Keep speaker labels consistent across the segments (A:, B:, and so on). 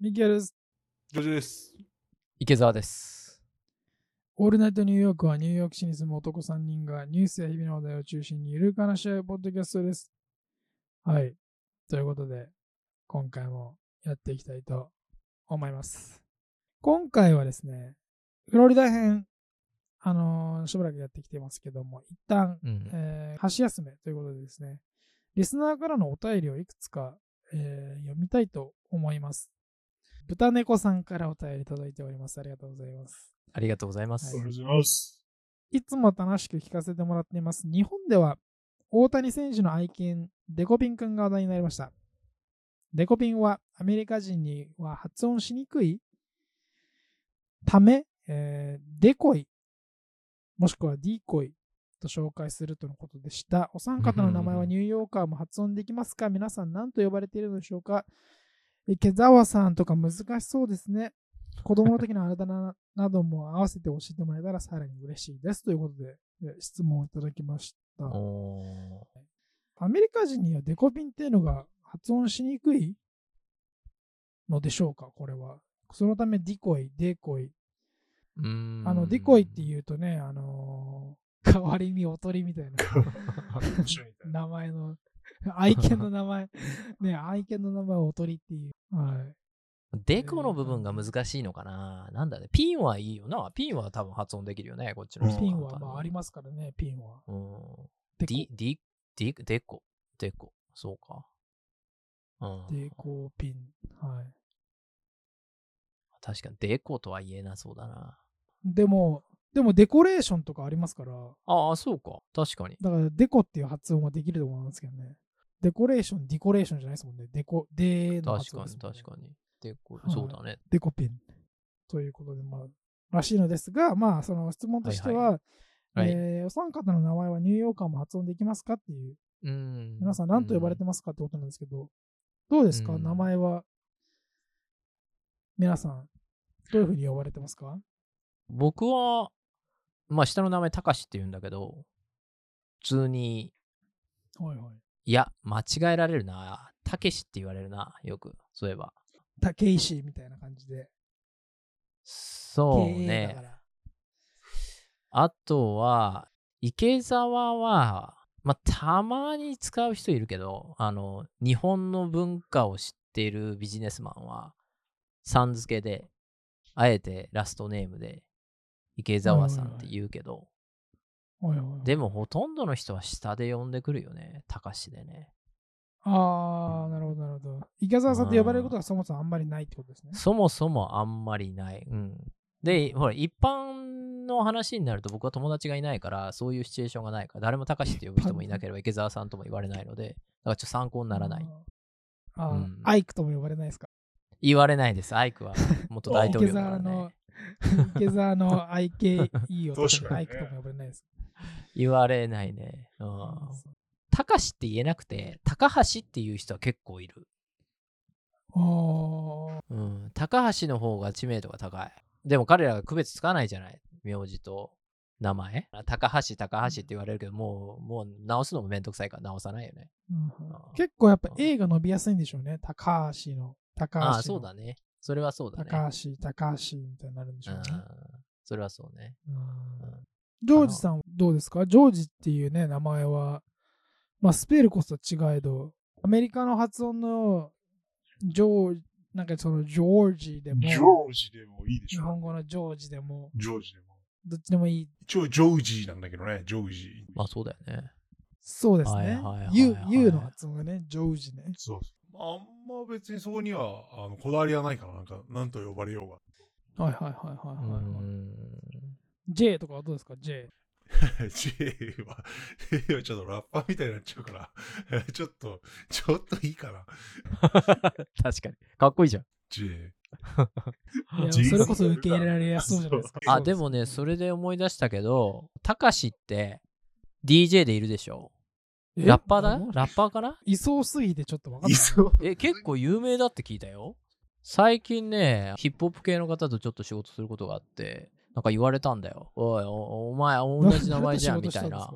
A: ミキヤです。
B: ジョジョです。
C: 池澤です。
A: オールナイトニューヨークはニューヨーク市に住む男3人がニュースや日々の話題を中心にゆるく話し合うポッドキャストです。はい。ということで、今回もやっていきたいと思います。今回はですね、フロリダ編、あのーしばらくやってきてますけども、一旦
C: うん。
A: えー、箸休めということでですね、リスナーからのお便りをいくつか、えー読みたいと思います。豚猫さんからお便り届いております。ありがとうございます。
C: ありがとうございます。
A: は
B: おはようございます。
A: いつも楽しく聞かせてもらっています。日本では大谷選手の愛犬、デコピン君が話題になりました。デコピンはアメリカ人には発音しにくいため、えーデコイ、もしくはディコイと紹介するとのことでした。お三方の名前はニューヨーカーも発音できますか皆さん何と呼ばれているのでしょうか池澤さんとか難しそうですね。子供の時のあだ名なども合わせて教えてもらえたらさらに嬉しいです。ということで、え質問をいただきました。
C: おー
A: アメリカ人にはデコピンっていうのが発音しにくいのでしょうかこれは。そのためディコイ、デコイ。
C: うーん
A: あの、ディコイって言うとね、あのー変わり身、おとりみたいな
B: 面白いみたいな
A: 名前の、愛犬の名前、ね、愛犬の名前をおとりっていう。はい。
C: デコの部分が難しいのかななんだね。ピンはいいよな。ピンは多分発音できるよね。こっちの人
A: ピンはまああり
C: ま
A: ますからね、ピンは。
C: す。うん。
A: デ
C: ディ
A: コ、
C: ディ、ディ、デコ、デコ。そうか。うん。
A: デコピン。はい。
C: 確かにデコとは言えなそうだな。
A: でも、でもデコレーションとかありますから、
C: ああ、そうか。確かに。
A: だからデコっていう発音はできると思うんですけどね。デコレーション、ディコレーションじゃないですもんね。デコ、デーの
C: 確
A: 発
C: か
A: 音で
C: に、
A: すもんね
C: 確かに。デコ
A: は、い
C: そうだね。
A: デコピン。ということで、まあ、らしいのですが、まあ、その質問としては、
C: はいはい
A: えーお三方の名前はニューヨーカーも発音できますかっていう、
C: うん。
A: 皆さん何と呼ばれて
C: ま
A: ますかってことなんですけど、どうですか、
C: うん
A: 名前は、皆さん、どういうふうに呼ばれてますか
C: 僕は、まあ下の名前、たかしって言うんだけど、普通に
A: はいはい。
C: いや、間違えられるな。たけしって言われるな、よく。そういえば。
A: 竹石みたいな感じで。
C: そう
A: 経営だか
C: ね。
A: ら
C: あとは、池沢は、まあ、たまに使う人いるけど、あの、日本の文化を知っているビジネスマンは、さん付けで、あえてラストネームで、池沢さんって言うけど、
A: はいはいはい
C: でもほとんどの人は下で呼んでくるよね。たかしでね。
A: ああ、なるほど、なるほど。池澤さんと呼ばれることはそもそもあんまりないってことですね。
C: そもそもあんまりない。うん。で、ほら、一般の話になると僕は友達がいないから、そういうシチュエーションがないから、誰も高しって呼ぶ人もいなければ池澤さんとも言われないので、だからちょっと参考にならない。。
A: あー、
C: うん
A: アイクとも呼ばれないですか。
C: 言われないです。ア イクは元大統
A: 池
C: 領だ
A: 澤
C: から
A: の
C: ね。、
A: 池澤の IKE を
B: 確かにね
A: アイクとも呼ばれないです。
C: 言われないね。うん。高しって言えなくて、高橋っていう人は結構いる。
A: おー
C: うん。高橋の方が知名度が高い。でも彼らが区別つかないじゃない。名字と名前。高橋、高橋って言われるけど、もう、もう直すのもめんどくさいから直さないよね。
A: うん
C: あー
A: 結構やっぱ A が伸びやすいんでしょうね。高橋の、高橋の。
C: ああ、そうだね。それはそうだね。
A: 高橋、高橋みたいになるんでし
C: う
A: ょうんね。。
C: それはそうね。
A: うんジョージさんどうですかジョージっていうね、名前は、まあ、スペルこそ違えど、アメリカの発音のジョージ、なんかそのジョージで
B: ジ
A: も、
B: ョージでもいいで
A: 日
B: しょ。
A: 本語のジョージでも、
B: ジョージでも。
A: どっちでもいい。
B: 一応ジョージなんだけどね、ジョージ。
C: まあそうだよね。
A: そうです
C: はい
A: ね
C: はいはいは。い
A: U, U の発音がね、ジョージね。
B: そうそうあんま別にそこにはあのこだわりはないから、なんか、なんと呼ばれようが。
A: はいはいはいは
C: う
A: い、はい
C: ん。
A: J とかはどうですか ?J。
B: J は、J はちょっとラッパーみたいになっちゃうから、 ちょっと、ちょっといいかな。
C: 確かに。かっこいいじゃん。
B: J。
A: いや
B: J
A: それこそ受け入れられやすそうじゃないですか。
C: あ、でもね、それで思い出したけど、たかしって DJ でいるでしょ
A: え
C: ラッパーだ
A: あの
C: ラッパーかない
A: そうすぎてちょっとわかん
B: い
A: ない。
B: そう。
C: え、結構有名だって聞いたよ。最近ね、ヒップホップ系の方とちょっと仕事することがあって、なんか言われたんだよ。おい、おお前、同じ名前じゃん、みたいな。。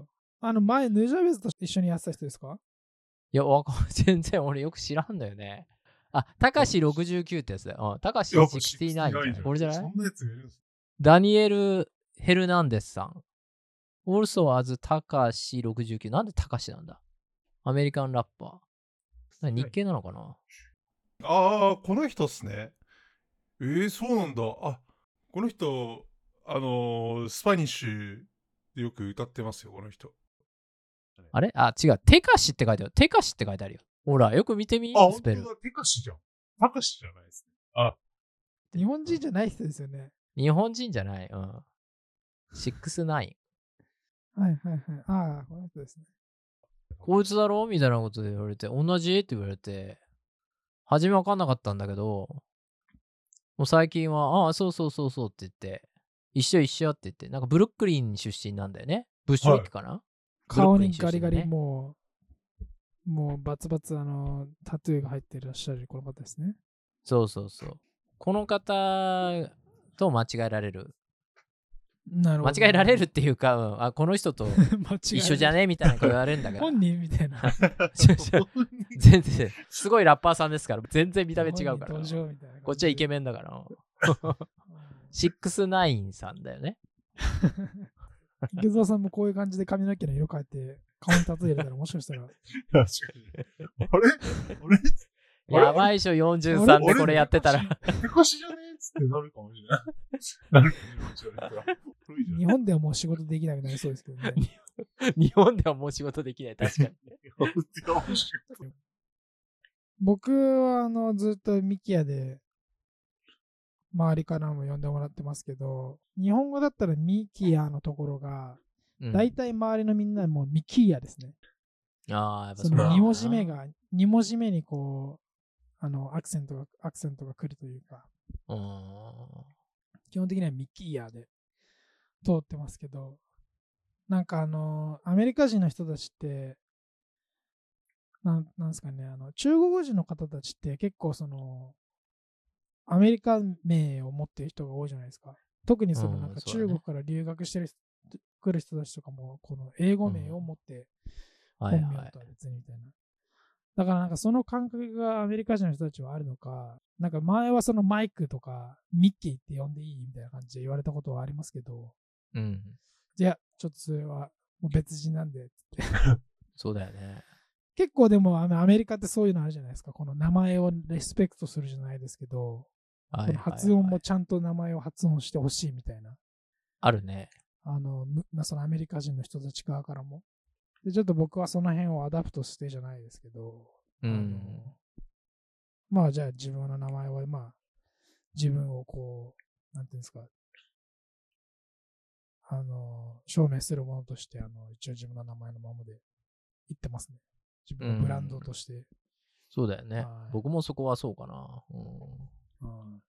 A: あの前、ヌジャベズと一緒にやってた人ですか
C: いや、わかん、全然俺よく知らんだよね。あ、たかし69ってやつだよ。うんたかし
B: やこれ
C: 69じゃない俺じゃな
B: そ
C: い
B: んなやつがいるんです
C: ダニエル・ヘルナンデスさん。also as たかし69。なんでたかしなんだアメリカンラッパー。な日系なのかな
B: ああ、この人っすね。えー、そうなんだ。あ、この人、あのースパニッシュでよく歌ってますよ、この人。
C: あれあ、違う。テカシって書いてある。テカシって書いてあるよ。ほら、よく見てみ
B: あ、、本
C: ス
B: 当
C: ペル。
B: だ、テカシじゃん。タカシじゃない ですね。あ、
A: 日本人じゃない人ですよね。
C: 日本人じゃない。うん。69。
A: はいはいはい。ああ、この人ですね。
C: こいつだろみたいなことで言われて、同じって言われて、初めわかんなかったんだけど、もう最近は、ああ、そうそうそうそうって言って、一緒一緒って言って、なんかブルックリン出身なんだよね。ブッシュウィックかな、
A: 顔にガリガリ
C: ブルックリン出身だね
A: もう、もうバツバツあのタトゥーが入ってらっしゃるこの方ですね。
C: そうそうそう。この方と間違えられる。
A: なるほ
C: 間
A: ど。
C: 違えられるっていうか、うんあこの人と
A: 間違え
C: 一緒じゃ
A: ね
C: ねみたいなこと言われるんだけど
A: 本人みたいな。
C: 全然、すごいラッパーさんですから、全然 見た目違うから
A: 本。人登場みたいな感じで
C: こっちはイケメンだから。69さんだよね。
A: 池澤さんもこういう感じで髪の毛の色変えて、顔にタトゥー入れたらもしかした ら、
B: 確かに。あれあれあれ
C: やばいっしょ、43でこれやってたら。。
B: テカシじゃねえっつってなるかもしれない。なるかもしれない。古いじゃ
A: 日本ではもう仕事できなくなりそうですけどね。
C: 日本ではもう仕事できない、確かに。
B: ない日本って面白い
A: 僕はあのずっとミキヤで周りからも呼んでもらってますけど日本語だったらミキヤのところが
C: うん
A: 大体周りのみんなもうミキヤですね、
C: ああ、やっぱ
A: そ
C: そうな
A: の
C: んだ
A: 2文字目。が2文字目にこうあのアクセントがアクセントが来るというか
C: うー
A: 基本的にはミキヤで通ってますけどなんかあのアメリカ人の人たちってなんなんですかねあの中国人の方たちって結構そのアメリカ名を持ってる人が多いじゃないですか特にその
C: うん
A: なんか
C: そう
A: 中
C: だね
A: 国から留学してる人、来る人たちとかもこの英語名を持って
C: ん。は
A: 本
C: い
A: 名
C: は
A: とは別にみたいな。だからなんかその感覚がアメリカ人の人たちはあるのか、なんか前はそのマイクとかミッキーって呼んでいいみたいな感じで言われたことはありますけど、
C: い。うん。
A: いや、ちょっとそれはもう別人なんでって言って。
C: そうだよね。
A: 結構でもあのアメリカってそういうのあるじゃないですか。この名前をリスペクトするじゃないですけど、
C: は
A: こ
C: いはい
A: の
C: はい
A: 発音もちゃんと名前を発音してほしいみたいな。
C: あるね。
A: あの、むそのアメリカ人の人たち側からも。で、ちょっと僕はその辺をアダプトしてじゃないですけど、
C: う
A: あ
C: ん。
A: のまあじゃあ自分の名前はまあ自分をこう、なんていうんですか、あの、証明するものとして、あの、一応自分の名前のままで言ってますね。自分のブランドとして。
C: そうだよね
A: はい。
C: 僕もそこはそうかな。うん
A: うん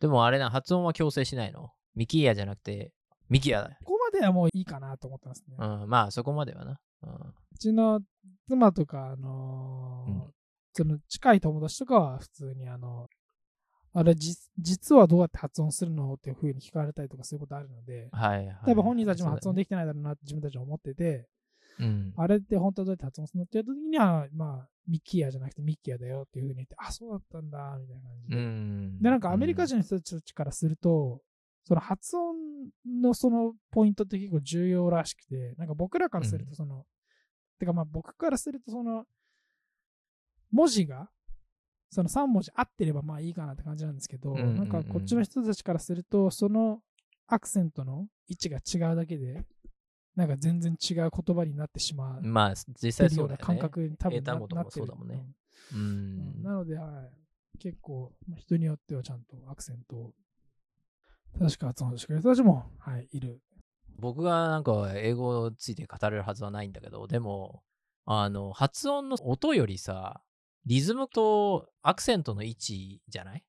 C: でもあれな、発音は強制しないの。ミキーヤじゃなくて、ミキヤだよ。
A: ここまではもういいかなと思ってますね。う
C: うん、まあそこまではな。うん
A: ちの妻とか、あのー
C: うん
A: その近い友達とかは普通にあの、あれ、じ実はどうやって発音するのっていうふうに聞かれたりとかそういうことあるので、
C: はい、はい。
A: 多分本人たちも発音できてないだろうなって自分たちは思ってて、
C: そうだねうん。
A: あれって本当はどうやって発音するのっていう時には、まあ、ミッキーやじゃなくてミッキーやだよっていうふうに言って、あ、そうだったんだ、みたいな感じ
C: う
A: で。
C: ん。
A: で、なんかアメリカ人の人たちからすると、その発音のそのポイントって結構重要らしくて、なんか僕らからする
C: う
A: とその、てかまあ僕からするとその、文字が、その3文字合ってればまあいいかなって感じなんですけど、
C: うんうんうん
A: なんかこっちの人たちからすると、そのアクセントの位置が違うだけで、なんか全然違う言葉になってしまう
C: うん。まあ実
A: って
C: 際
A: る
C: そ
A: よう
C: うだ
A: な
C: よね。
A: 感覚に多分
C: 英単
A: な
C: 語と
A: なっ
C: かも
A: て
C: そう
A: る
C: だもんね。うん。
A: なので、はい、結構、まあ人によってはちゃんとアクセントを正しく発音してくれる人たちも、はい、いる。
C: 僕がなんか英語をついて語れるはずはないんだけど、でも、あの、発音の音よりさ、リズムとアクセントの位置じゃない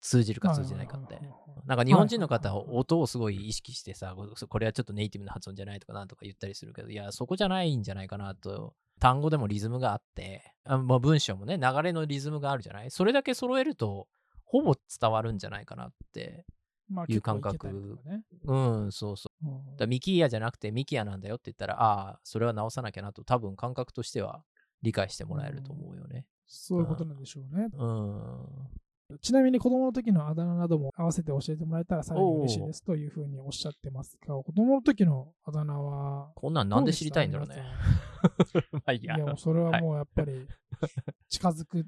C: 通じるか通じないかって
A: はいはい。はいはい
C: なんか日本人の方
A: はい
C: は
A: はいはい
C: 音をすごい意識してさ、これはちょっとネイティブな発音じゃないとかなんとか言ったりするけど、いや、そこじゃないんじゃないかなと、単語でもリズムがあって、あまあ、文章もね、流れのリズムがあるじゃないそれだけ揃えると、ほぼ伝わるんじゃないかなって。
A: まあ、
C: い
A: 結
C: う
A: 構
C: 感
A: いけ
C: 覚
A: たりとかね
C: うん、そうそう。
A: うん
C: だからミキーヤじゃなくてミキヤなんだよって言ったら、ああ、それは直さなきゃなと、多分感覚としては理解してもらえると思うよね。
A: そういうことなんでしょうね。
C: うん。
A: ちなみに子供の時のあだ名なども合わせて教えてもらえたらさらに嬉しいですというふうにおっしゃってますが、子供の時のあだ名は、
C: こんなんなんで知りたいんだろうね。 まあいい
A: い
C: や。
A: や、もうそれはもうやっぱり、近づく、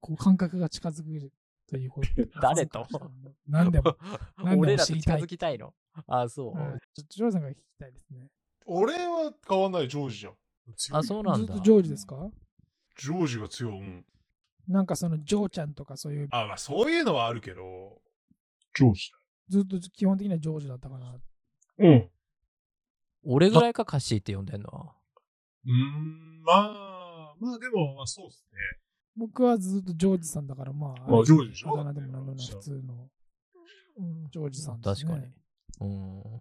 A: こう感覚が近づくということで
C: 誰と
A: 何で も。何でも
C: 俺らと
A: 知り
C: 近
A: たい
C: づきたいの。あ、そう。
A: はいちょっとジョージさんが聞きたいですね。
B: 俺は変わんない、ジョージじゃん。
C: あ、そうなん
A: ず
C: だ
A: っと。ジョージですか
B: ジョージが強い。うん
A: なんかそのジョーちゃんとかそういう、
B: あ、まあそういうのはあるけど。
D: ジョージ
A: ずっと基本的にはジョージだったかな。
D: だ。うん。
C: 俺ぐらいかカッシーって呼んでんのは。
D: うーん、まあ、まあでも、まあそうですね。
A: 僕はずっとジョージさんだから、まあ、
D: まあジョージでしょ
A: あだ名でもなんでもない普通の、うんジョージさんです、
C: 確
A: ね。
C: かに。うん。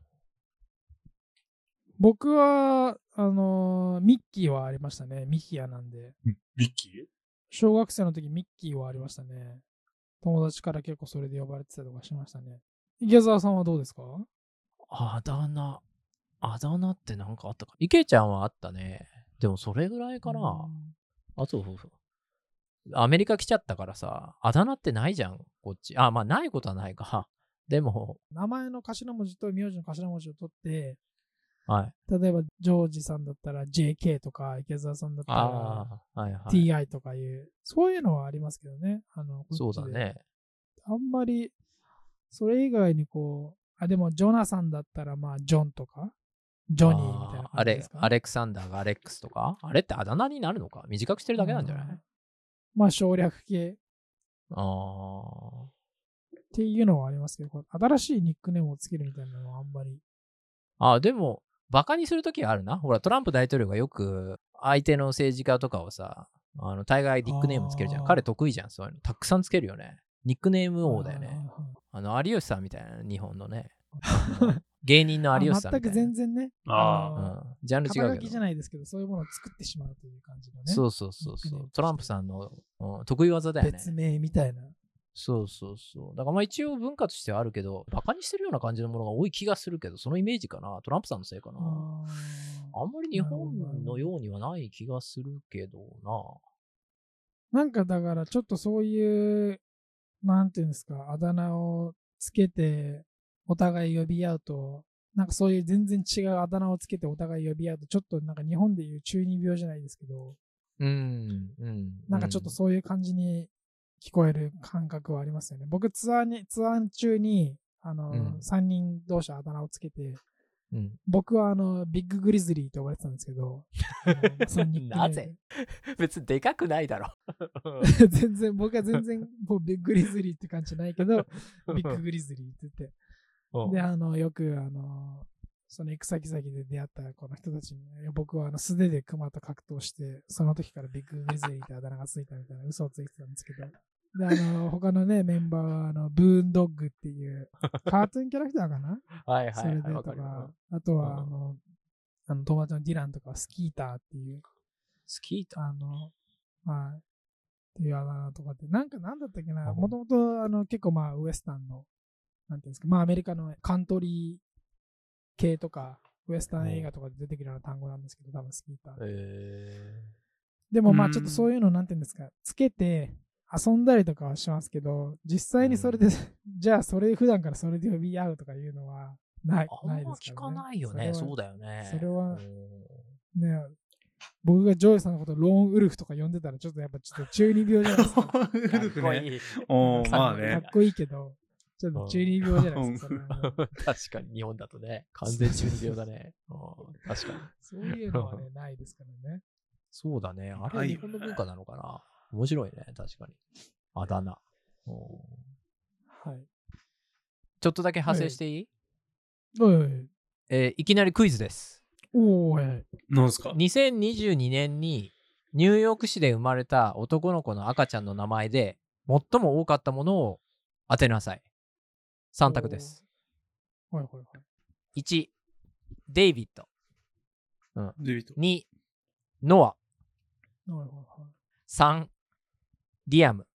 A: 僕は、あのーミッキーはありましたね。ミキアなんで。
D: ミッキー
A: 小学生の時ミッキーはありましたね。友達から結構それで呼ばれてたりとかしましたね。池澤さんはどうですか
C: あだ名。あだ名ってなんかあったか。池ちゃんはあったね。でもそれぐらいかな。あ、そうそうそう。アメリカ来ちゃったからさ、あだ名ってないじゃん、こっち。あ、まあないことはないか。 でも、
A: 名前の頭文字と名字の頭文字を取って、
C: はい。
A: 例えばジョージさんだったら JK とか、池澤さんだったら
C: ああ、はいはい。
A: TI とかいう、そういうのはありますけどね。あのこっちで
C: そうだね。
A: あんまり、それ以外にこう、あ、でも、ジョナサンだったら、まあ、ジョンとか、ジョニーみたいな
C: あーあ
A: 感じで
C: れ
A: す、か、
C: アレクサンダーがアレックスとかあれってあだ名になるのか短くしてるだけなんじゃない、
A: うまあ、省略系っ
C: あ
A: ていうのはありますけど、こう新しいニックネームをつけるみたいなのはあんまり。
C: あ。あ、でも、バカにするときあるな。ほら、トランプ大統領がよく、相手の政治家とかをさ、あの、大概ニックネームつけるじゃん。
A: あー
C: 彼得意じゃん、そういうの。たくさんつけるよね。ニックネーム王だよ
A: はいはい
C: ね。
A: はい
C: あの、有吉さんみたいな、日本 のね。芸人の有吉さん
A: あ全
C: みたい
A: く
C: な。
A: 全然ね、
D: あ
A: あ
C: うん、ジャン
A: の
C: ル違
A: 肩
C: う
A: 書
C: け
A: き
C: ど
A: じゃ。ないですけど、そういうものを作ってしまうという感じのね。
C: そうそうそう
A: ニック
C: そ
A: ネーム
C: う。トランプさんの、うん得意技だよね。
A: 別名みたいな。
C: そうそうそう。だからまあ一応文化としてはあるけど、バカにしてるような感じのものが多い気がするけど、そのイメージかな。トランプさんのせいかな。
A: あー
C: あんまり日本のようにはない気がするけどな。
A: なんかだから、ちょっとそういう、なんていうんですか、あだ名をつけて、お互い呼び合うと、なんかそういう全然違うあだ名をつけてお互い呼び合うと、ちょっとなんか日本でいう中二病じゃないですけど、
C: うん、うん。
A: なんかちょっとそういう感じに聞こえる感覚はありますよね。僕ツアーに、ツアー中に、あの、
C: うん
A: 3人同士あだ名をつけて、
C: うん。うん。
A: 僕はあの、ビッググリズリーと呼ばれてたんですけど、あ のそのニックネーム
C: なぜ別にでかくないだ ろ。
A: 全然、僕は全然、もうビッグリズリーって感じじゃないけ ど、ビッググリズリーって言って。
C: うん
A: で、あの、よく、あの、その行く先々で出会ったこの人たちに、いや僕はあの素手で熊と格闘して、その時からビッググリズリーってあだ名がついたみたいな嘘をついてたんですけど、で、あの、他のね、メンバーは、あの、ブーンドッグっていう、カートゥーンキャラクターかな
C: はいは
A: そ
C: い
A: れで
C: はい。わ
A: と
C: かる
A: か
C: よ。、
A: あと
C: うん
A: は、あの、あの友達のディランとかはスキーターっていう、
C: スキータ
A: あの、はい。っていうあだ名とかって、なんかなんだったっけ
C: あ
A: な、
C: ほ
A: も
C: ん
A: ともとあの結構まあウエスタンの、なんていうんですか、まあアメリカのカントリー系とか、ウエスタン映画とかで出てくるような単語なんですけど、多分スキーター
C: ー。え
A: でもま
D: う
A: あ
D: ん
A: ちょっとそういうの、なんていうんですか、つけて遊んだりとかはしますけど、実際にそれで、 じゃあそれ普段からそれで呼び合うとかいうのは、ない、
C: ー。あ
A: ない
C: んま
A: です
C: 聞
A: から
C: か
A: ね。
C: ないよ
A: それ
C: ね。そ
A: は
C: うだよね。
A: それは
C: うん
A: ね僕がジョージさんのことローンウルフとか呼んでたらちょっとやっぱちょっと中二病じゃないですか。
B: ウル
C: かっ
B: フ
C: こ
B: ね。
C: いい。
B: おーまあ
A: かっ
B: ね。
A: こいいけど、ちょっと中二病じゃないですか。それはもう
C: 確かに日本だとね、完全中二病だね。うん確かに。
A: そういうのはね、ないですからね。
C: そうだね。あれ
B: な
C: はい日
B: よ
C: 本の文化なのかな、面白いね、確かに。あだ名。うん
A: はい。
C: ちょっとだけ派生していい、
A: おい
C: えーいきなりクイズです。
A: おいおい。
D: なんですか
C: 2022年にニューヨーク市で生まれた男の子の赤ちゃんの名前で最も多かったものを当てなさい。3択です。
A: おいおいおい。
C: 1、デイビッド。
B: デビット。
C: 2、ノア。
A: おいおい
C: 3、リアム。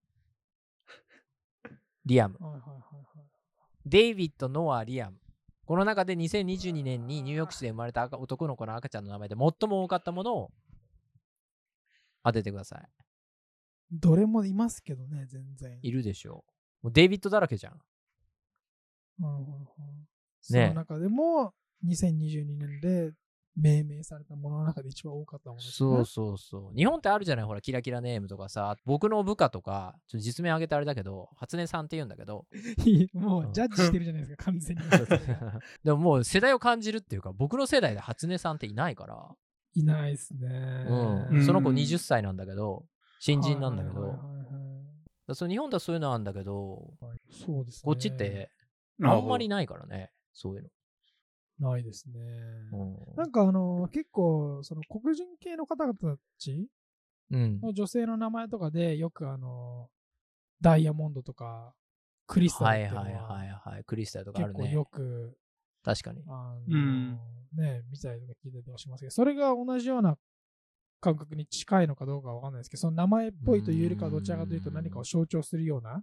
C: リアム。
A: おい。おいおいおい
C: デイビッド・ノア・リアム。この中で2022年にニューヨーク市で生まれた赤男の子の赤ちゃんの名前で最も多かったものを当ててください。
A: どれもいますけどね、全然。
C: いるでしょう。もうデイビッドだらけじゃん。
A: うんうんうんその中でも、2022年で命名されたものの中で一番多かったものですね
C: そうそうそう。日本ってあるじゃないほら、キラキラネームとかさ、僕の部下とか、ちょっと実名挙げてあれだけど、初音さんって言うんだけど、
A: いい もうジャッジしてるじゃないですか、完全に。
C: でももう世代を感じるっていうか、僕の世代で初音さんっていないから、
A: いないですね。
C: うん
B: うん
C: その子20歳なんだけど、新人なんだけど、
A: はいはい
C: だか
A: はいはい
C: らその日本ではそういうのあるんだけど、
A: はいそうですね。
C: こっちって
B: な
C: あ
B: る
C: ん
B: ほど
C: まりないからね、そういう
A: ないですね。
C: の。
A: なんかあの結構その黒人系の方々たち
C: うん。
A: の女性の名前とかでよくあのダイヤモンドとかクリスタ
C: は
A: ル
C: い
A: っていうの
C: はい
A: は
C: はいはい。クリスタルとか
A: 結
C: ある
A: 構
C: ね。
A: よく
C: 確かに。
A: あ
B: う
A: の
B: ん
A: ね見たりとか聞いたりとかしますけどそれが同じような感覚に近いのかどうかはわかんないですけどその名前っぽいというよりかはどちらかというと何かを象徴するような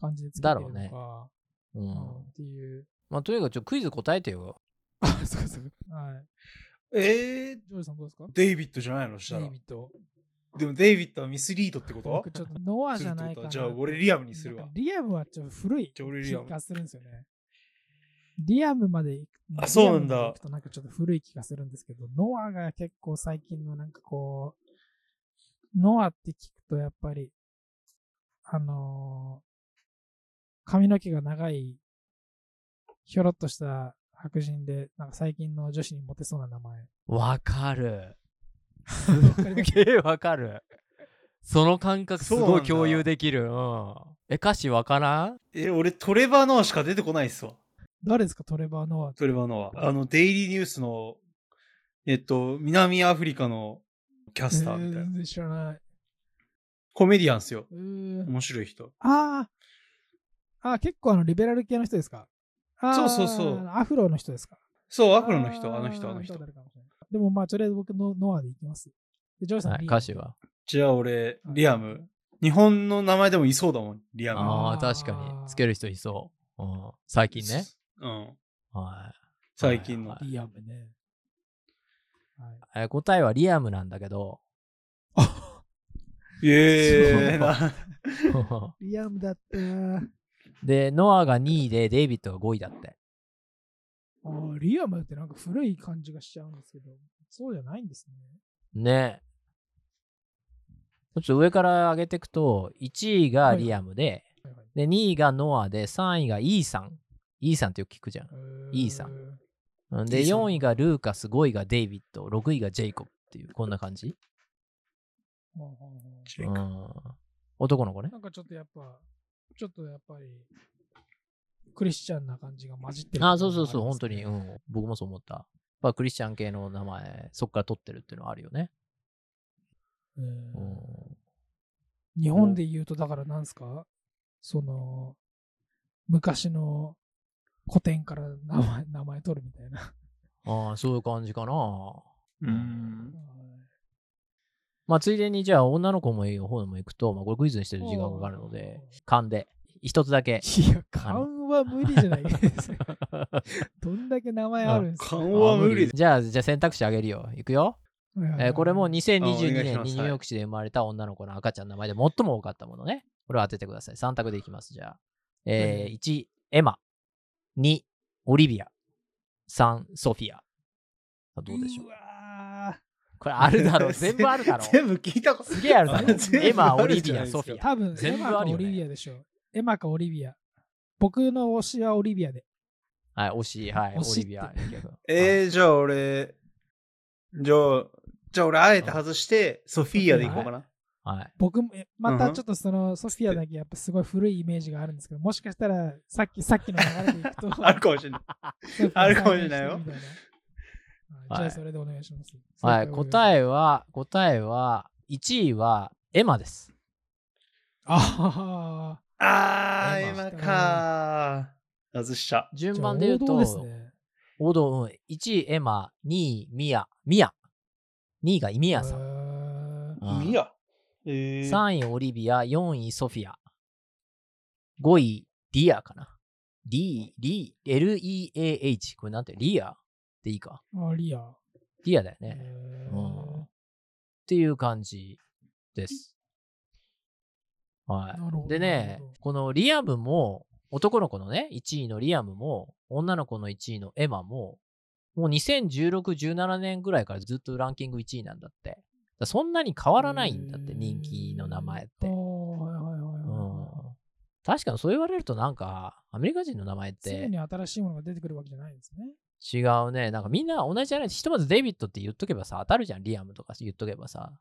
A: 感じで作っている
C: だ
A: のか
C: ろうん
A: うんっていう
C: まあ、とにかくちょっとクイズ答えてよ。
A: あそうかそうかはい
B: えー、
A: ジョージさんどうですか
B: デイビッドじゃないのしたら
A: デイビッド
B: でもデイビッドはミスリードってこと
A: 僕ちょっとノアじゃないかな
B: するってことはじゃあ俺リアムにする
A: な
B: わ
A: んか。リアムはちょっと古い
B: じゃあ俺
A: 気
B: リアム
A: がするんですよね。リアムまで行く。
B: あそうなんだ
A: リアムまで行くとなんかちょっと古い気がするんですけど、ノアが結構最近のなんかこう、ノアって聞くとやっぱり、あのー髪の毛が長い、ひょろっとした白人で、なんか最近の女子にモテそうな名 前。
C: わかる。
A: わかります
C: す げえわかる。その感覚す
B: そうな
C: ご
B: ん
C: い
B: だ
C: 共有できる。うん。え、歌詞わからん
B: え、俺トレバーノアしか出てこないっすわ。
A: 誰ですかトレバー・ノアって。
B: トレバーノア。あの、デイリーニュースの、えっと、南アフリカのキャスターみたいな。
A: 全然知らない。
B: コメディアンっすよ。
A: うー
B: 面白い人。
A: ああ。ああ、結構あの、リベラル系の人ですかあー
B: そうそうそう
A: アフロの人ですか
B: そう、アフロの人、
A: ー
B: あの人、あの人。
A: 誰かもしれないでもまあ、とりあえず僕のノアでいきます。で、ジョージさん、
C: はい、
A: リー
C: 歌詞は。
B: じゃあ俺、リアム。日本の名前でもいそうだもん、リアム。
C: あ
A: あ
C: あ、
A: ー
C: 確かに。つける人いそう。うん、最近ね。。
B: うん。
C: は
B: 最近の
C: は。
A: リアムね。はい、
C: い、え答えはリアムなんだけど、
B: ええ
C: そう
B: な。
A: リアムだったー。
C: で、ノアが2位で、デイビッドが5位だって。
A: あーリアムってなんか古い感じがしちゃうんですけど、そうじゃないんですね。
C: ね。ちょっと上から上げていくと、1位がリアムで、
A: はいはい
C: で、2位がノアで、3位がイーサン。イーサンってよく聞くじゃん。いいさ
A: ん。
C: うんで、
B: イーサン
C: 4位がルーカス、5位がデイビッド、6位がジェイコブっていう、こんな感じ。
A: ほうほうほう
B: ジ
C: う
B: ェイク
C: ん。男の子ね。
A: なんかちょっとやっぱ、ちょっとやっぱり、クリスチャンな感じが混じってる。
C: あ、そうそうそう、本当
A: に
C: に。うん。僕もそう思った。まあ、クリスチャン系の名前、そっから取ってるっていうのはあるよね。うん。
A: 日本で言うと、だからなんすかその、昔の古典から名前、名前取るみたいな。
C: ああ、そういう感じかな。
B: うん。
C: まあ、ついでに、じゃあ、女の子もいい方でも行くと、まあ、これクイズにしてる時間がかかるので、勘で、一つだけ。
A: いや、勘は無理じゃ ない ですか。どんだけ名前あるんですか、
B: 顔は無理
C: じゃあ、じゃあ選択肢あげるよ。いくよ。
A: はいはいはい
C: えーこれも2022
B: あお願いし
C: 年
B: ます
C: にニューヨーク市で生まれた女の子の赤ちゃんの名前で最も多かったものね。これを当ててください。3択でいきます。じゃあ。えー1、エマ。2、オリビア。3、ソフィア。あどうでしょう
A: うわ
C: これあるだろう。全部あるだろう。
B: 全部聞いたこと
C: すげえあるだろう。
A: 全部
C: エマ、
B: あ
C: オ
B: る
C: リ
B: じゃ
C: ビ
B: ない
C: ア、
B: ですか
C: ソフィ
A: ー
C: ア。
A: 多分、エ
C: 全部
A: マ
C: あ
A: か
C: るよね
A: オリビアでしょう。エマかオリビア。僕の推しはオリビアで。
C: はい、惜しい。はい、
A: 惜
C: オ
A: しいっ
C: リ
A: て
C: ビア。
B: えー、じゃあ俺、じゃあ、じゃあ俺、あえて外して、ソフィアでいこうかな。
C: はいはい。
A: 僕も、えま
B: うん
A: た
B: うん
A: ちょっとその、ソフィアだけやっぱすごい古いイメージがあるんですけど、もしかしたら、さっき、さっきの流れでいくと、
B: あるかもしれない。あるかもしれないよ
A: みたいな。はいじゃ
C: は
A: あ、
C: い
A: それでお願いします。
C: はい、答
A: え。
C: えは、答えは、1位はエマです。
A: あはは。
B: あ
C: エ
B: ー、
C: マ
B: 今かー。外した。
C: 順番で言う
A: じゃあ王道
C: と、
A: ですね。
C: 王道、うん、1位エマ、2位ミヤ、ミヤ。2位がイミヤさ
A: へ
C: ん。
A: ー
C: うん
B: いや。えー、
C: 3位オリビア、4位ソフィア。5位リアかな。D、D、L-E-A-H。これなんてリアでいいか。
A: あ、リア。
C: リアだよ
A: へ
C: ね。
A: ー
C: うんっていう感じです。はい。
A: なるほど。
C: でね、このリアムも、男の子のね、1位のリアムも、女の子の1位のエマも、もう2016、17年ぐらいからずっとランキング1位なんだって。だからそんなに変わらないんだって、
A: へー
C: 人気の名前っ
A: あ
C: て
A: あ、。はいはいはいはい
C: うん
A: は
C: 確かにそう言われるとなんか、アメリカ人の名前っ
A: い。常
C: て
A: に新しいものが出てくるわけじゃないんですね。
C: 違うね。なんかみんな同じじゃない。ひとまずデイビッドって言っとけばさ、当たるじゃん。リアムとか言っとけばさ。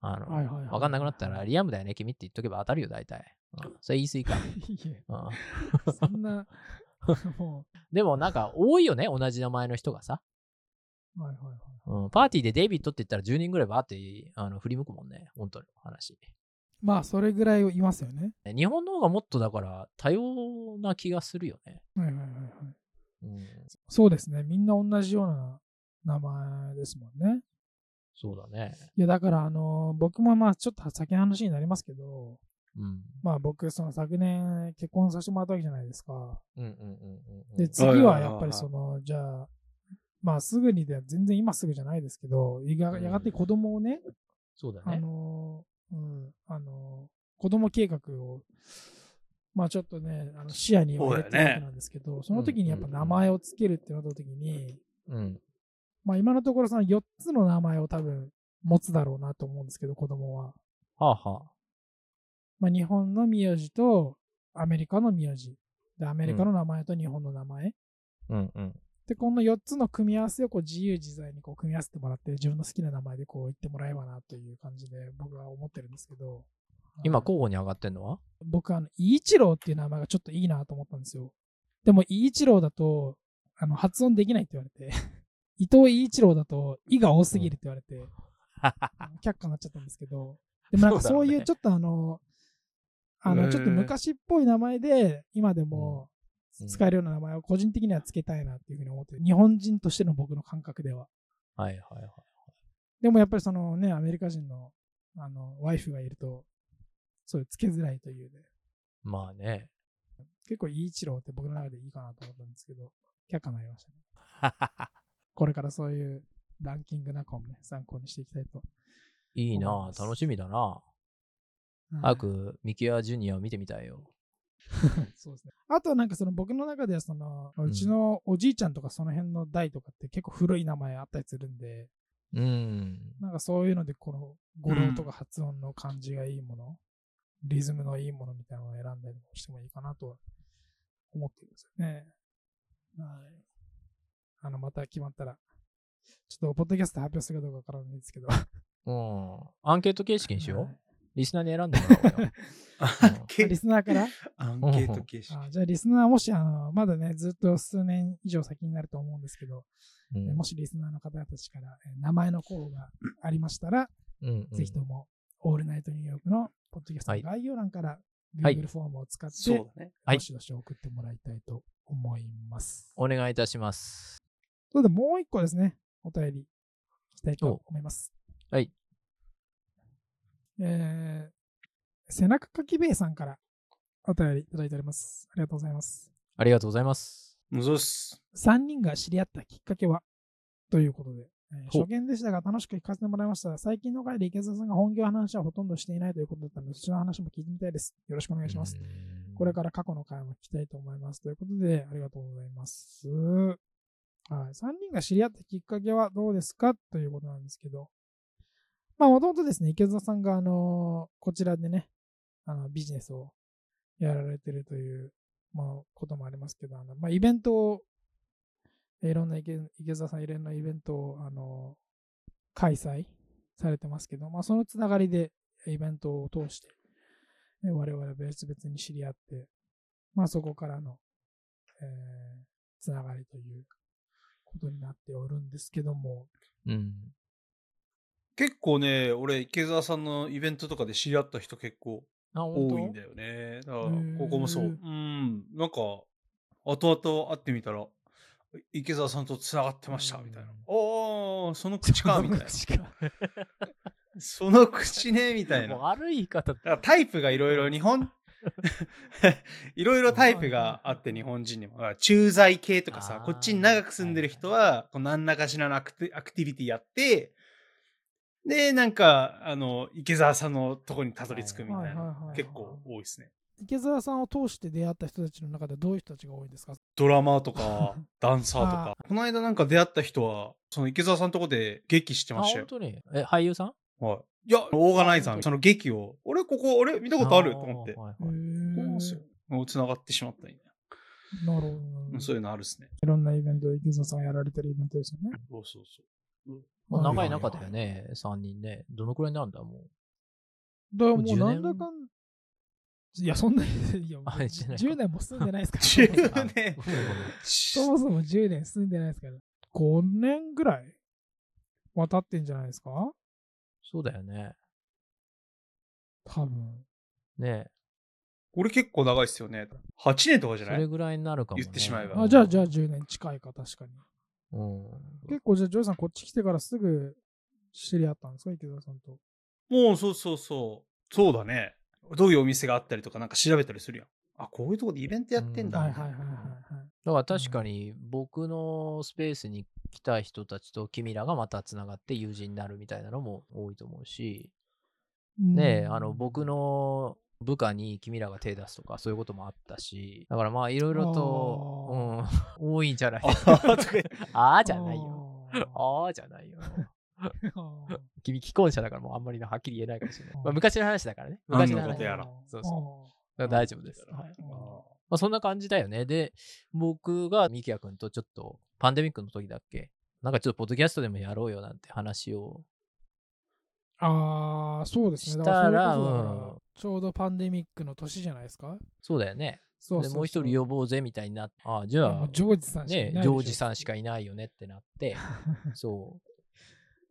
C: あの、
A: はいはいはいはい
C: わかんなくなったら、リアムだよね、君って言っとけば当たるよ、大体。うん、それ言い過ぎか。
A: いえ、
C: うん
A: そんな、 も
C: でもなんか多いよね、同じ名前の人がさ。
A: う、はいはいはい。
C: うん、パーティーでデイビッドって言ったら10人ぐらいバーってあの振り向くもんね、本当の話。
A: まあ、それぐらいを言いますよね。
C: ね日本の方がもっとだから多様な気がするよね。
A: はいはいはいはい。
C: うん、
A: そうですね。みんな同じような名前ですもんね。
C: そうだね。
A: いや、だから、あの僕もまあ、ちょっと先の話になりますけど、
C: うん。
A: まあ、僕、その昨年結婚させてもらったわけじゃないですか。
C: うんうんうんうんうん。
A: で、次はやっぱりその、じゃあ、まあ、すぐにで、全然今すぐじゃないですけど、いがやがて子供をね、
C: そうだ
A: あ
C: ね。
A: のーうん、あのー子供計画を、まあちょっとね、あの視野に入れてるわけなんですけど、そ,、の時にやっぱ名前をつけるってなった時に、
C: うん。
A: まあ今のところその4つの名前を多分持つだろうなと思うんですけど、子供は。
C: はあはあ。
A: まあ日本の名字とアメリカの名字。で、アメリカの名前と日本の名前。
C: うんうん。
A: で、この4つの組み合わせをこう自由自在にこう組み合わせてもらって、自分の好きな名前でこう言ってもらえばなという感じで僕は思ってるんですけど。
C: 今候補に上がってん のは
A: 僕あの、イーチローっていう名前がちょっといいなと思ったんですよ。でも、イーチローだと、あの、発音できないって言われて、 伊藤イーチローだと、イが多すぎるって言われて、却下になっちゃったんですけど、 でもなんか
C: そうだ
A: そ
C: ろ
A: う
C: うね
A: いうちょっとあの、あ
B: へ
A: の、
B: ー
A: ちょっと昔っぽい名前で、今でも使えるような名前を個人的には付けたいなっていうふうに思ってる、日本人としての僕の感覚では。
C: はいはいはい。
A: でもやっぱりそのね、アメリカ人の、あの、ワイフがいると、そういう付けづらいというね。
C: まあね。
A: 結構、イチローって僕の中でいいかなと思ったんですけど、却下になりましたね。 これからそういうランキングなんかもね、参考にしていきたいと。
C: い
A: 思
C: い
A: い
C: な
A: ます
C: あ楽しみだな早くミキュアジュニアを見てみたいよ。
A: そうですね。あとなんかその僕の中ではその、うちのおじいちゃんとかその辺の代とかって結構古い名前あったりするんで、
C: うん。
A: なんかそういうのでこの語呂とか発音の感じがいいもの、リズムのいいものみたいなのを選んだりもしてもいいかなとは思ってるんですよね。はい。あの、また決まったら、ちょっとポッドキャスト発表するかどうかわからないんですけど。
C: うん。アンケート形式にしよ
A: は
C: う。リスナーに選んでもらおうよ。うん
A: いリスナー から
B: アンケート形式。
A: あじゃあリスナーもしあの、まだね、ずっと数年以上先になると思うんですけど、
C: うん
A: もしリスナーの方たちからえー名前の候補がありましたら、
C: うんうん
A: ぜひとも、オールナイトニューヨークのポッドキャストの概要欄から、
C: はい
A: Google フォームを使っ
D: そ
A: て
D: う、だね。
C: はい
A: どしどし送ってもらいたいと思います。
C: お願いいたします。
A: それでもう一個ですね、お便り、いきたいと思います。
C: おはい。
A: えー、背中かきべいさんからお便りいただいております。ありがとうございます。
C: ありがとうございます。
D: うぞっす。
A: 3人が知り合ったきっかけはということで、えー
C: ほう
A: 初見でしたが楽しく聞かせてもらいました。最近の回で池澤さんが本業話はほとんどしていないということだったので、そちらの話も聞いてみたいです。よろしくお願いします。
C: うん
A: これから過去の回も聞きたいと思います。ということで、ありがとうございます。はい、3人が知り合ったきっかけはどうですかということなんですけど、まあ、もともとですね、池澤さんが、あのーこちらでね、あの、ビジネスをやられてるという、まあ、こともありますけど、あの、まあ、イベントを、いろんな池池澤さんいろんなイベントを、あのー開催されてますけど、まあ、そのつながりで、イベントを通して、ね我々は別々に知り合って、まあそこからの、えーつながりということになっておるんですけども、
C: うん。
D: 結構ね、俺、池澤さんのイベントとかで知り合った人結構
C: あ、本当
D: 多いんだよね。だから、
A: ー
D: ここもそう。うん。なんか、後々会ってみたら、池澤さんと繋がってました、
A: うん
D: みたいな。おー、その口か、みたいな。
A: 口か
D: その口ね、みたいな。
C: もう
D: だか
C: 悪い言い方
D: らタイプがいろいろ日本、いろいろタイプがあって日本人にも。だから駐在系とかさ
C: あ、ー
D: こっちに長く住んでる人は、こう何らかしらのアクティアクティビティやって、で、なんか、あの、池澤さんのとこにたどり着くみたい
A: はいはいはいは、
D: ない結構多いですね。
A: 池澤さんを通して出会った人たちの中ではどういう人たちが多いですか
D: ドラマーとか、ダンサーと
A: あ
D: か。この間なんか出会った人は、その池澤さんのとこで劇して
C: あ、
D: ましたよ
C: 本。当に。え、俳優さん
D: はい。いや、オーガナイザー
C: あ
D: のその劇を、俺ここ、俺見たことある
C: ー
D: と思って。
A: へ
C: はいはい
D: そうなんです
A: ー
D: よ。もう繋がってしまったりね。
A: なるほど
D: う
A: なんる
D: そ
A: ほ
D: ういう
A: ど。
D: のあるっすね。
A: いろんなイベントで池澤さんがやられてるイベントですよね。
D: そうそうそう。
C: まあ
A: はい
C: 長い中だよね、3人ね。どのくらいになるん だ、もう。
A: だからもう
C: 10
A: なんだかん。いや、そんなに、いや、
C: あ10年か
A: 10年も住んでない ですから。
D: 10
C: あ
D: 年
C: ごめんごめん
A: そもそも10年住んでないですから。5年ぐらいは経ってんじゃないですか
C: そうだよね。
A: 多分。
C: ね
D: 俺結構長いっすよね。8年とかじゃ
C: そ
D: な
C: れ
D: い
C: ぐらいになるかも、ね。
D: 言ってしまえば
A: あじゃあ、じゃあ10年近いか、確かに。
C: うん。
A: 結構、じゃあ、ジョーさんこっち来てからすぐ知り合ったんですか池田さんと。
D: もうそうそうそう。そうだね。どういうお店があったりとかなんか調べたりするやん。あ、こういうとこでイベントやってんだ。
A: は
C: う
A: いはいはいはい
C: だから確かに僕のスペースに来た人たちと君らがまたつながって友人になるみたいなのも多いと思うし、
A: はい。
C: ねえ、
A: うん
C: あの、僕の部下に君らが手出すとかそういうこともあったし、だからまあいろいろと、うん、 多いんじゃ ない
D: あーとか言って
C: ああじゃないよ。。
A: あ
C: ああじゃないよ。
A: ーあー。
C: 君既婚者だからもうあんまりなはっきり言えないかもしれない。ま
A: あ
C: あ、昔の話だからね。
D: 何
C: 昔
D: の
C: の
D: こ
C: 話
D: とやら
C: そうそうだから大丈夫です。はい
A: あー
C: まあ、そんな感じだよね。で、僕がミキヤ君とちょっとパンデミックの時だっけなんかちょっとポッドキャストでもやろうよなんて話を。
A: あー、そうですね。だ
C: した
A: かららそれこそだから
C: うん
A: ちょうどパンデミックの年じゃないですか
C: そうだよね。
A: そ
C: でもう一人呼ぼうぜみたいになって、ああ、じ
A: い
C: ゃ
A: やも
C: あ
A: う、ジョージさんしかいないで、
C: ね
A: し
C: ジ
A: ょ
C: ョージさんしかいないよねって なって、そう。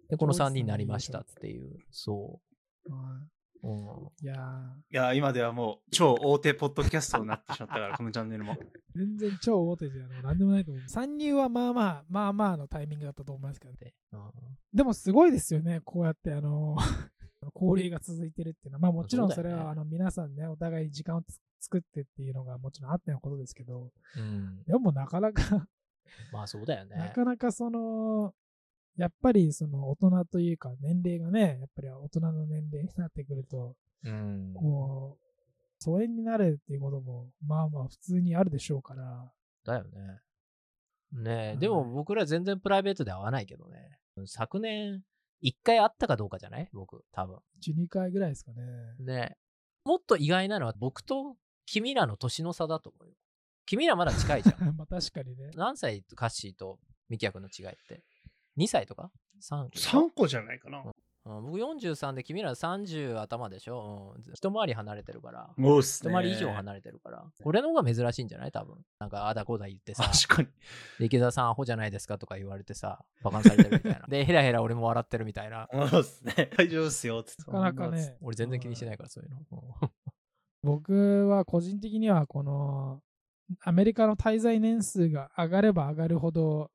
C: で、この
A: ジョージさん
C: 3人になりましたっていう、そ
A: は
C: う。うん
A: いいやー
D: いや、今ではもう超大手ポッドキャストになってしまったから、このチャンネルも。
A: 全然超大手じゃなんでもないと思う。参入はまあまあ、まあまあのタイミングだったと思いますけど、ね、
C: でうん
A: でもすごいですよね、こうやって、あの ー交流が続いてるっていうのは、まあもちろんそれは、
C: そうだよね
A: あの皆さんね、お互いに時間をつ作ってっていうのがもちろんあってのことですけど、
C: うん。
A: でもなかなか、
C: まあそうだよね。
A: なかなかその、やっぱりその大人というか年齢がね、やっぱり大人の年齢になってくると、
C: うん。
A: こう、疎遠になるっていうことも、まあまあ普通にあるでしょうから、
C: だよね。ね
A: は
C: え、
A: い
C: でも僕ら全然プライベートで会わないけどね。昨年、一回会ったかどうかじゃない僕、多分。
A: 12回ぐらいですかね。
C: ねえ。もっと意外なのは僕と君らの年の差だと思うよ。君らまだ近 いじゃん。
A: まあ確かにね。
C: 何歳カッシーとミキヤ君の違いって。2歳とか ?3
D: 3個じゃないかな。
C: うん、僕43で君ら30頭でしょ、うん、一回り離れてるから。
D: もうっす
C: 一回り以上離れてるから。俺の方が珍しいんじゃない多分。なんか、あだこだ言ってさ。
D: 確かに。
C: で池田さんアホじゃないですかとか言われてさ、バカにされてるみたい な。で、ヘラヘラ俺も笑ってるみたいな。
D: そうっすね。大丈夫っすよ、つって
A: なかなかね。。
C: 俺全然気にしてないいから、そういうの。
A: 僕は個人的には、この、アメリカの滞在年数が上がれば上がるほど、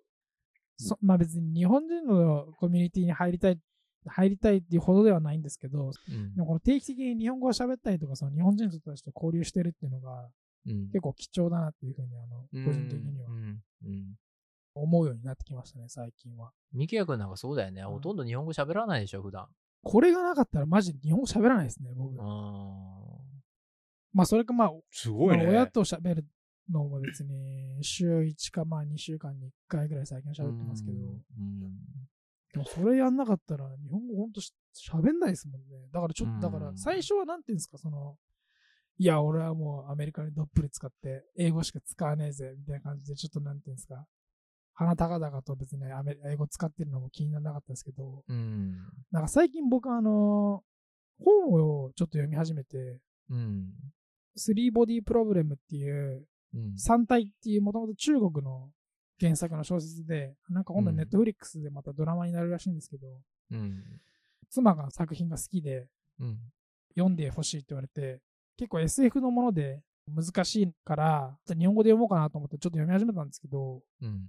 A: そまあ別に日本人のコミュニティに入りたい、入りたいっていうほどではないんですけど、
C: うん
A: でもこの定期的に日本語を喋ったりとか、その日本人の人たちと交流してるっていうのが
C: うん
A: 結構貴重だなっていうふうに、あの、個人的には
C: うんうん
A: 思うようになってきましたね、最近は。
C: ミキヤ君なんかそうだよね。
A: ん
C: ほとんど日本語喋らないでしょ、普段。
A: これがなかったらマジで日本語喋らないですね、僕
C: う。ん。
A: まあそれかまあ
D: すごい
A: まあ親
D: ね。
A: と喋るのも別に週1かまあ2週間に1回ぐらい最近は喋ってますけど、
C: うん。
A: でもそれやんなかったら日本語ほんとし喋んないですもんね。だからちょ
C: う
A: っ
C: ん
A: と、だから最初はなんていうんですか、その、いや、俺はもうアメリカにどっぷり使って、英語しか使わねえぜ、みたいな感じで、ちょっとなんていうんですか、鼻高々と別にアメ英語使ってるのも気にならなかったんですけど、
C: うん。
A: なんか最近僕あの、本をちょっと読み始めて、
C: うん。
A: スリーボディープロブレムっていう、
C: うん
A: 三体っていうもともと中国の原作の小説で、なんか今度
C: うん
A: ネットフリックスでまたドラマになるらしいんですけど、
C: うん。
A: 妻が作品が好きで
C: うん。
A: 読んでほしいって言われて、結構 SF のもので難しいから、じゃあ日本語で読もうかなと思ってちょっと読み始めたんですけど、
C: うん。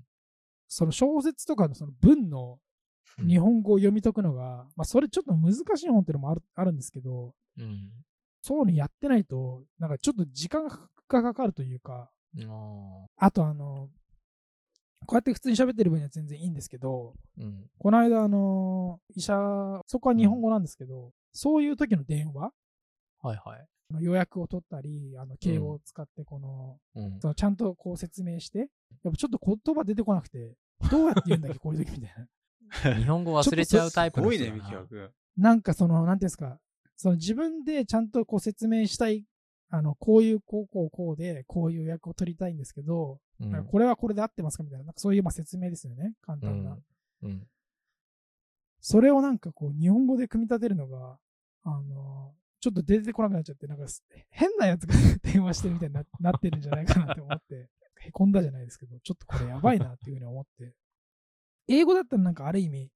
A: その小説とかのその文の日本語を読み解くのが、まあそれちょっと難しい本っていうのもあるあるんですけど、
C: うん。
A: そういうのやってないと、なんかちょっと時間がかかるというか、
C: ああ。
A: あとあの、こうやって普通に喋ってる分には全然いいんですけど、
C: うん。
A: この間、あのー医者、そこは日本語なんですけど、そういう時の電話、
C: はいはい。
A: 予約を取ったり、あの敬語を使って、この、
C: うん
A: そ。のちゃんとこう説明して、やっぱちょっと言葉出てこなくて、どうやって言うん だっけ、こういう時みたいな。
C: 日本語忘れちゃうタイ
D: す
C: プの
D: ごい
C: 人
D: ね、
C: だ
D: ミキ
C: な
D: ワ。君。
A: なんかその、なんていうんですか、その自分でちゃんとこう説明したい、あの、こういう、こう、こう、こうで、こういう予約を取りたいんですけど、
C: うん
A: なんかこれはこれで合ってますかみたいな、なんかそういうまあ説明ですよね、簡単な。
C: うん。
A: それをなんかこう、日本語で組み立てるのが、あのちょっと出てこなくなっちゃって、なんかす変なやつが 電話してるみたいにななってるんじゃないかなって思って、へこんだじゃないですけど、ちょっとこれやばいなっていうふうに思って。 英語だったらなんかある意味、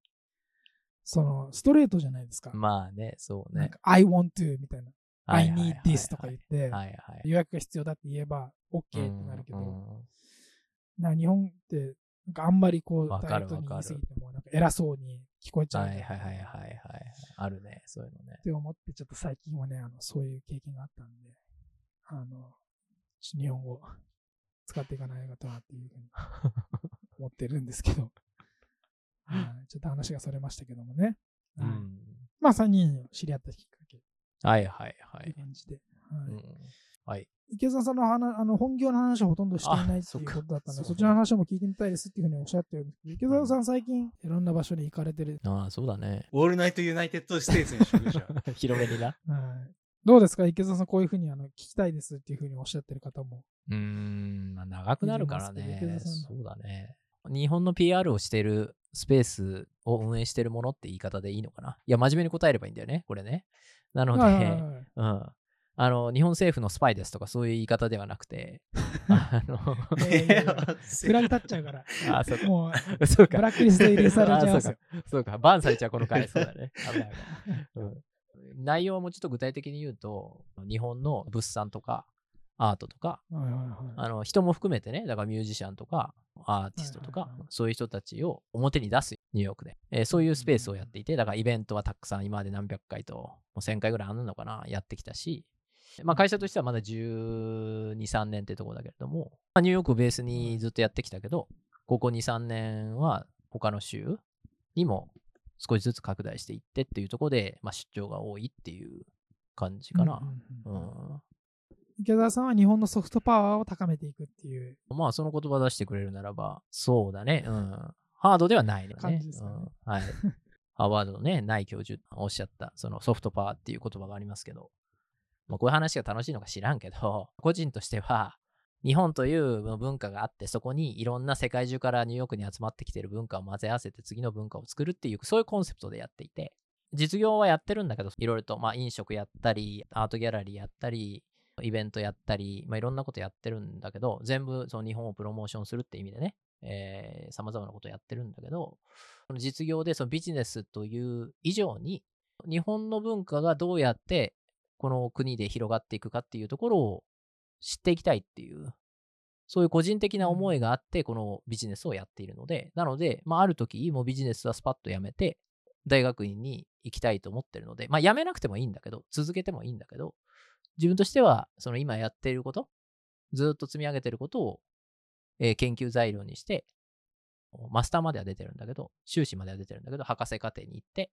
A: その、ストレートじゃないですか。
C: まあね、そう
A: なん
C: ね
A: か。I want to みたいな、
C: は
A: I
C: いはいはい
A: need
C: はい
A: this とか言って、
C: はいはい。
A: 予約が必要だって言えば OK ってなるけど、なんか日本って、なんかあんまりこう、
C: わ
A: ダ
C: か
A: イレ
C: る
A: クトに言いすぎ
C: わ
A: ても、なんか偉そうに聞こえちゃう
C: は
A: みた
C: いはいい
A: な
C: はいはいはい。あるね、そういうのね
A: っ。て思って、ちょっと最近はね、あの、そういう経験があったんで、あの、ちょっと日本語使っていかないかなっていうふうに思ってるんですけど、はいちょっと話がそれましたけどもね。
C: う
A: はい
C: ん。
A: まあ、3人知り合ったきっかけっ
C: はいはいは
A: ていう
C: い。
A: 感じで。はい
C: うんはい。
A: 池澤さんの話あの本業の話はほとんどしていないっ
C: あ
A: て
C: そ
A: い
C: っ
A: う
C: か
A: ことだったんで、
C: そう
A: そっちの話も聞いてみたいですっていうふうにおっしゃってるんですけど、池澤さん最近いろんな場所に行かれてる。
C: ああ、そうだね。
D: オールナイトユナイテッドステーツにしようじゃん
C: 広めにな。
A: はいどうですか池澤さん、こういうふうにあの聞きたいですっていうふうにおっしゃってる方も。
C: うーん、まあ、長くなるから
A: いります
C: ね。
A: けど池田さん
C: そうだね。日本の PR をしてるスペースを運営してるものって言い方でいいのかな。いや、真面目に答えればいいんだよね、これね。なの
A: はいはい
C: で、
A: はい
C: うん。あの、日本政府のスパイですとか、そういう言い方ではな くて、あの、
A: いやい やいや フラグ立っちゃう から。
C: あ、そうか。
A: もう、
C: そう
A: ブ
C: か。
A: ラックリスト入りされちゃいますよ。
C: あそうかそうか、バンされちゃう、この回。そうだね。危ない危ないうん内容もちょっと具体的に言うと、日本の物産とか、アートとか、
A: はいはいはい
C: あの人も含めてね、だからミュージシャンとか、アーティストと
A: は
C: か
A: いはいはい、
C: そういう人たちを表に出す、ニューヨークで。えーそういうスペースをやっていて、だからイベントはたくさん、今まで何百回と、もう1000回ぐらいあるのかな、やってきたし、まあ、会社としてはまだ12、3年ってとこだけれども、まあ、ニューヨークをベースにずっとやってきたけど、ここ2、3年は他の州にも少しずつ拡大していってっていうところで、まあ、出張が多いっていう感じかな。
A: うんう
C: う
A: んうん
C: ん
A: 池澤さんは日本のソフトパワーを高めていくっていう。
C: まあ、その言葉出してくれるならば、そうだね。うん。ハードではないのね。
A: 感じですかね
C: うん、はい。ハーバードのね、 ない教授おっしゃった、そのソフトパワーっていう言葉がありますけど、まあ、こういう話が楽しいのか知らんけど、 個人としては、日本という文化があって、そこにいろんな世界中からニューヨークに集まってきている文化を混ぜ合わせて次の文化を作るっていう、そういうコンセプトでやっていて、実業はやってるんだけど、いろいろと、まあ、飲食やったり、アートギャラリーやったり、イベントやったり、まあ、いろんなことやってるんだけど、全部その日本をプロモーションするって意味でね、えー、様々なことやってるんだけど、その実業でそのビジネスという以上に、日本の文化がどうやってこの国で広がっていくかっていうところを知っていきたいっていう、そういう個人的な思いがあって、このビジネスをやっているので、なので、まあ、ある時、もうビジネスはスパッとやめて、大学院に行きたいと思ってるので、まあ、辞めなくてもいいんだけど、続けてもいいんだけど、自分としては、その今やっていること、ずっと積み上げていることを、えー研究材料にして、マスターまでは出てるんだけど、修士までは出てるんだけど、博士課程に行って、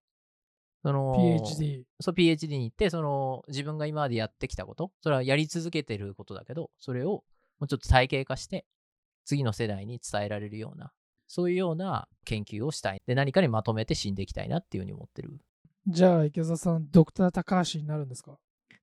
C: その、
A: PhD。
C: そう PhD に行って、その自分が今までやってきたこと、それはやり続けてることだけど、それをもうちょっと体系化して、次の世代に伝えられるような、そういうような研究をしたい。で、何かにまとめて死んでいきたいなっていうふうに思ってる。
A: じゃあ池澤さん、ドクター高橋になるんですか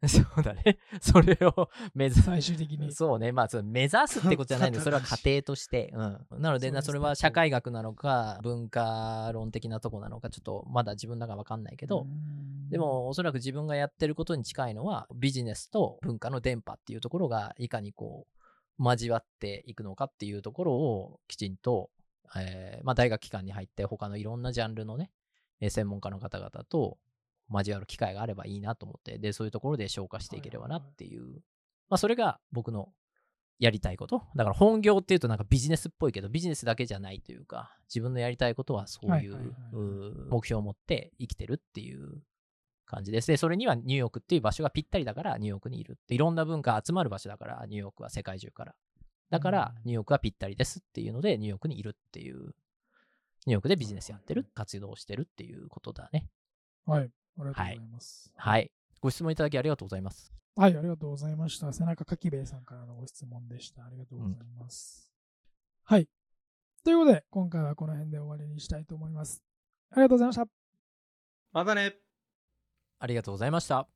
C: そうだね。それを目指す。
A: 最終的に。
C: そうね。まあ、その目指すってことじ ゃないんで、それは過程として。うん。な
A: そうで
C: ので、
A: すね
C: なそれは社会学なのか、文化論的なとこなのか、ちょっとまだ自分の中わかんないけど、
A: うん
C: で、もおそらく自分がやってることに近いのはビジネスと文化の伝播っていうところがいかにこう交わっていくのかっていうところをきちんと、えーまあ、大学機関に入って他のいろんなジャンルのねえー専門家の方々と交わる機会があればいいなと思ってでそういうところで消化していければなっていう、まあ、それが僕のやりたいことだから本業っていうとなんかビジネスっぽいけどビジネスだけじゃないというか自分のやりたいことはそういう,、
A: はいはいはいう
C: ー目標を持って生きてるっていう感じです。で、それにはニューヨークっていう場所がぴったりだからニューヨークにいるって。いろんな文化集まる場所だから、ニューヨークは世界中から。だから
A: うん
C: ニューヨークはぴったりですっていうのでニューヨークにいるっていう、ニューヨークでビジネスやってる、活動をしてるっていうことだね。
A: はい。ありがとうございます。
C: はい。ご質問いただきありがとうございます。
A: はい、ありがとうございました。背中かきべえさんからのご質問でした。ありがとうございます。はい。ということで、今回はこの辺で終わりにしたいと思います。ありがとうございました。
D: またね。
C: ありがとうございました。